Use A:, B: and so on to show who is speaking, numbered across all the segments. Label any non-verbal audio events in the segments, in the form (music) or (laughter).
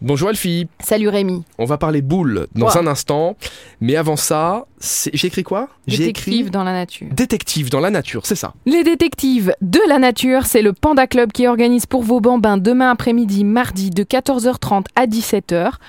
A: Bonjour Elfie,
B: Salut Rémi.
A: on va parler boules dans
B: Ouais.
A: un instant, mais avant ça, c'est- j'ai écrit quoi J'ai
B: Détectives
A: écrit
B: dans la nature.
A: détective dans la nature, c'est ça.
B: Les détectives de la nature, c'est le Panda Club qui organise pour vos bambins demain après-midi, mardi, de 14h30 à 17h.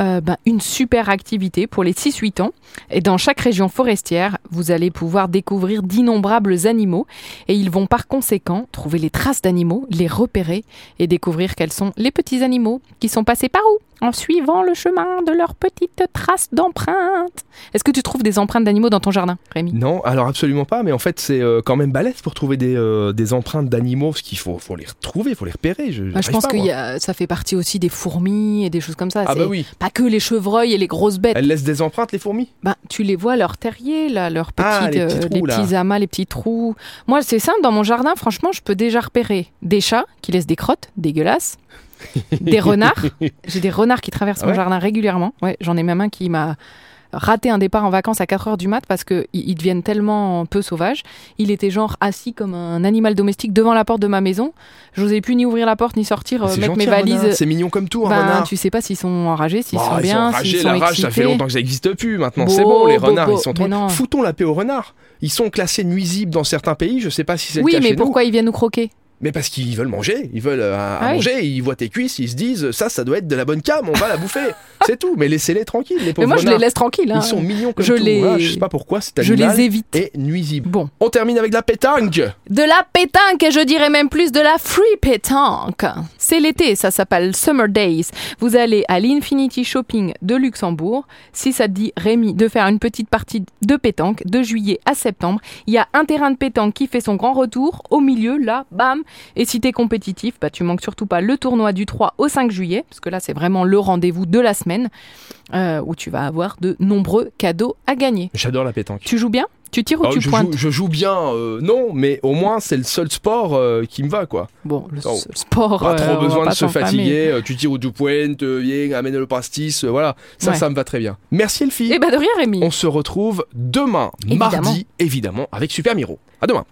B: euh, ben, une super activité pour les 6-8 ans. Et dans chaque région forestière, vous allez pouvoir découvrir d'innombrables animaux. Et ils vont par conséquent trouver les traces d'animaux, les repérer et découvrir quels sont les petits animaux qui sont passés par où en suivant le chemin de leurs petites traces d'empreintes. Est-ce que tu trouves des empreintes d'animaux dans ton jardin, Rémi
A: Non, alors absolument pas, mais en fait c'est euh, quand même balèze pour trouver des, euh, des empreintes d'animaux, parce qu'il faut, faut les retrouver, faut les repérer. Je,
B: Bah, je
A: j'arrive
B: pense
A: pas,
B: que
A: moi.
B: y a- ça fait partie aussi des fourmis et des choses comme ça.
A: hein. Ah
B: C'est
A: bah oui,
B: Pas que les chevreuils et les grosses bêtes.
A: elles laissent des empreintes les fourmis
B: Bah, tu les vois, leurs terriers, là, leurs petites,
A: Ah, les petits
B: euh,
A: trous,
B: les
A: là.
B: petits amas, les petits trous. Moi, c'est simple, dans mon jardin, franchement, je peux déjà repérer des chats qui laissent des crottes dégueulasses,
A: (laughs)
B: des renards. J'ai des renards qui traversent
A: Ah
B: mon
A: ouais
B: jardin régulièrement. Ouais, J'en ai même un qui m'a raté un départ en vacances à 4h du mat parce qu'ils ils deviennent tellement peu sauvages. Il était genre assis comme un animal domestique devant la porte de ma maison. J'osais plus ni ouvrir la porte ni sortir, euh,
A: Ah, C'est
B: mettre mes
A: gentil, un renard,
B: valises
A: C'est mignon comme tout, un
B: ben,
A: renard.
B: tu sais pas s'ils sont enragés, s'ils
A: Oh,
B: sont
A: ils
B: bien,
A: enragés,
B: s'ils sont
A: la rage,
B: excités.
A: ça fait longtemps que ça n'existe plus maintenant.
B: Beau,
A: c'est bon, les
B: beau,
A: renards,
B: beau.
A: ils sont
B: Mais non.
A: trop. Foutons la paix aux renards. Ils sont classés nuisibles dans certains pays, je sais pas si c'est
B: oui,
A: le cas
B: mais
A: chez nous.
B: pourquoi ils viennent nous croquer
A: Mais parce qu'ils veulent manger, ils veulent euh, à
B: Ah oui.
A: manger, ils voient tes cuisses, ils se disent ça, ça doit être de la bonne cam, on va la
B: (laughs)
A: bouffer. c'est tout, mais laissez-les tranquilles, les
B: Mais
A: pauvres
B: moi, je les
A: renards.
B: laisse tranquilles. hein.
A: Ils sont mignons comme
B: Je
A: tout.
B: les-
A: Ah, je sais pas pourquoi cet
B: Je
A: animal
B: les évite.
A: est nuisible.
B: Bon.
A: On termine avec de la pétanque.
B: De la pétanque et je dirais même plus de la free pétanque. C'est l'été, ça s'appelle Summer Days. Vous allez à l'Infinity Shopping de Luxembourg. Si ça te dit, Rémi, de faire une petite partie de pétanque de juillet à septembre, il y a un terrain de pétanque qui fait son grand retour au milieu, là, bam. Et si t'es compétitif, bah, tu manques surtout pas le tournoi du 3 au 5 juillet, parce que là, c'est vraiment le rendez-vous de la semaine euh, où tu vas avoir de nombreux cadeaux à gagner.
A: J'adore la pétanque.
B: Tu joues bien Tu tires ou
A: Ah,
B: tu
A: je,
B: pointes
A: joue, je joue bien, euh, non, mais au moins c'est le seul sport euh, qui me va quoi.
B: Bon, le
A: Oh.
B: s- sport.
A: Pas
B: euh, on
A: trop
B: va
A: besoin
B: pas
A: de se
B: s'enflammer.
A: fatiguer, euh, tu tires au du point, euh, viens, amène le pastis, euh, voilà, ça
B: Ouais.
A: ça me va très bien. Merci Elfie.
B: Eh ben de rien, Rémi.
A: On se retrouve demain,
B: Évidemment.
A: mardi évidemment, avec Super Miro. À demain.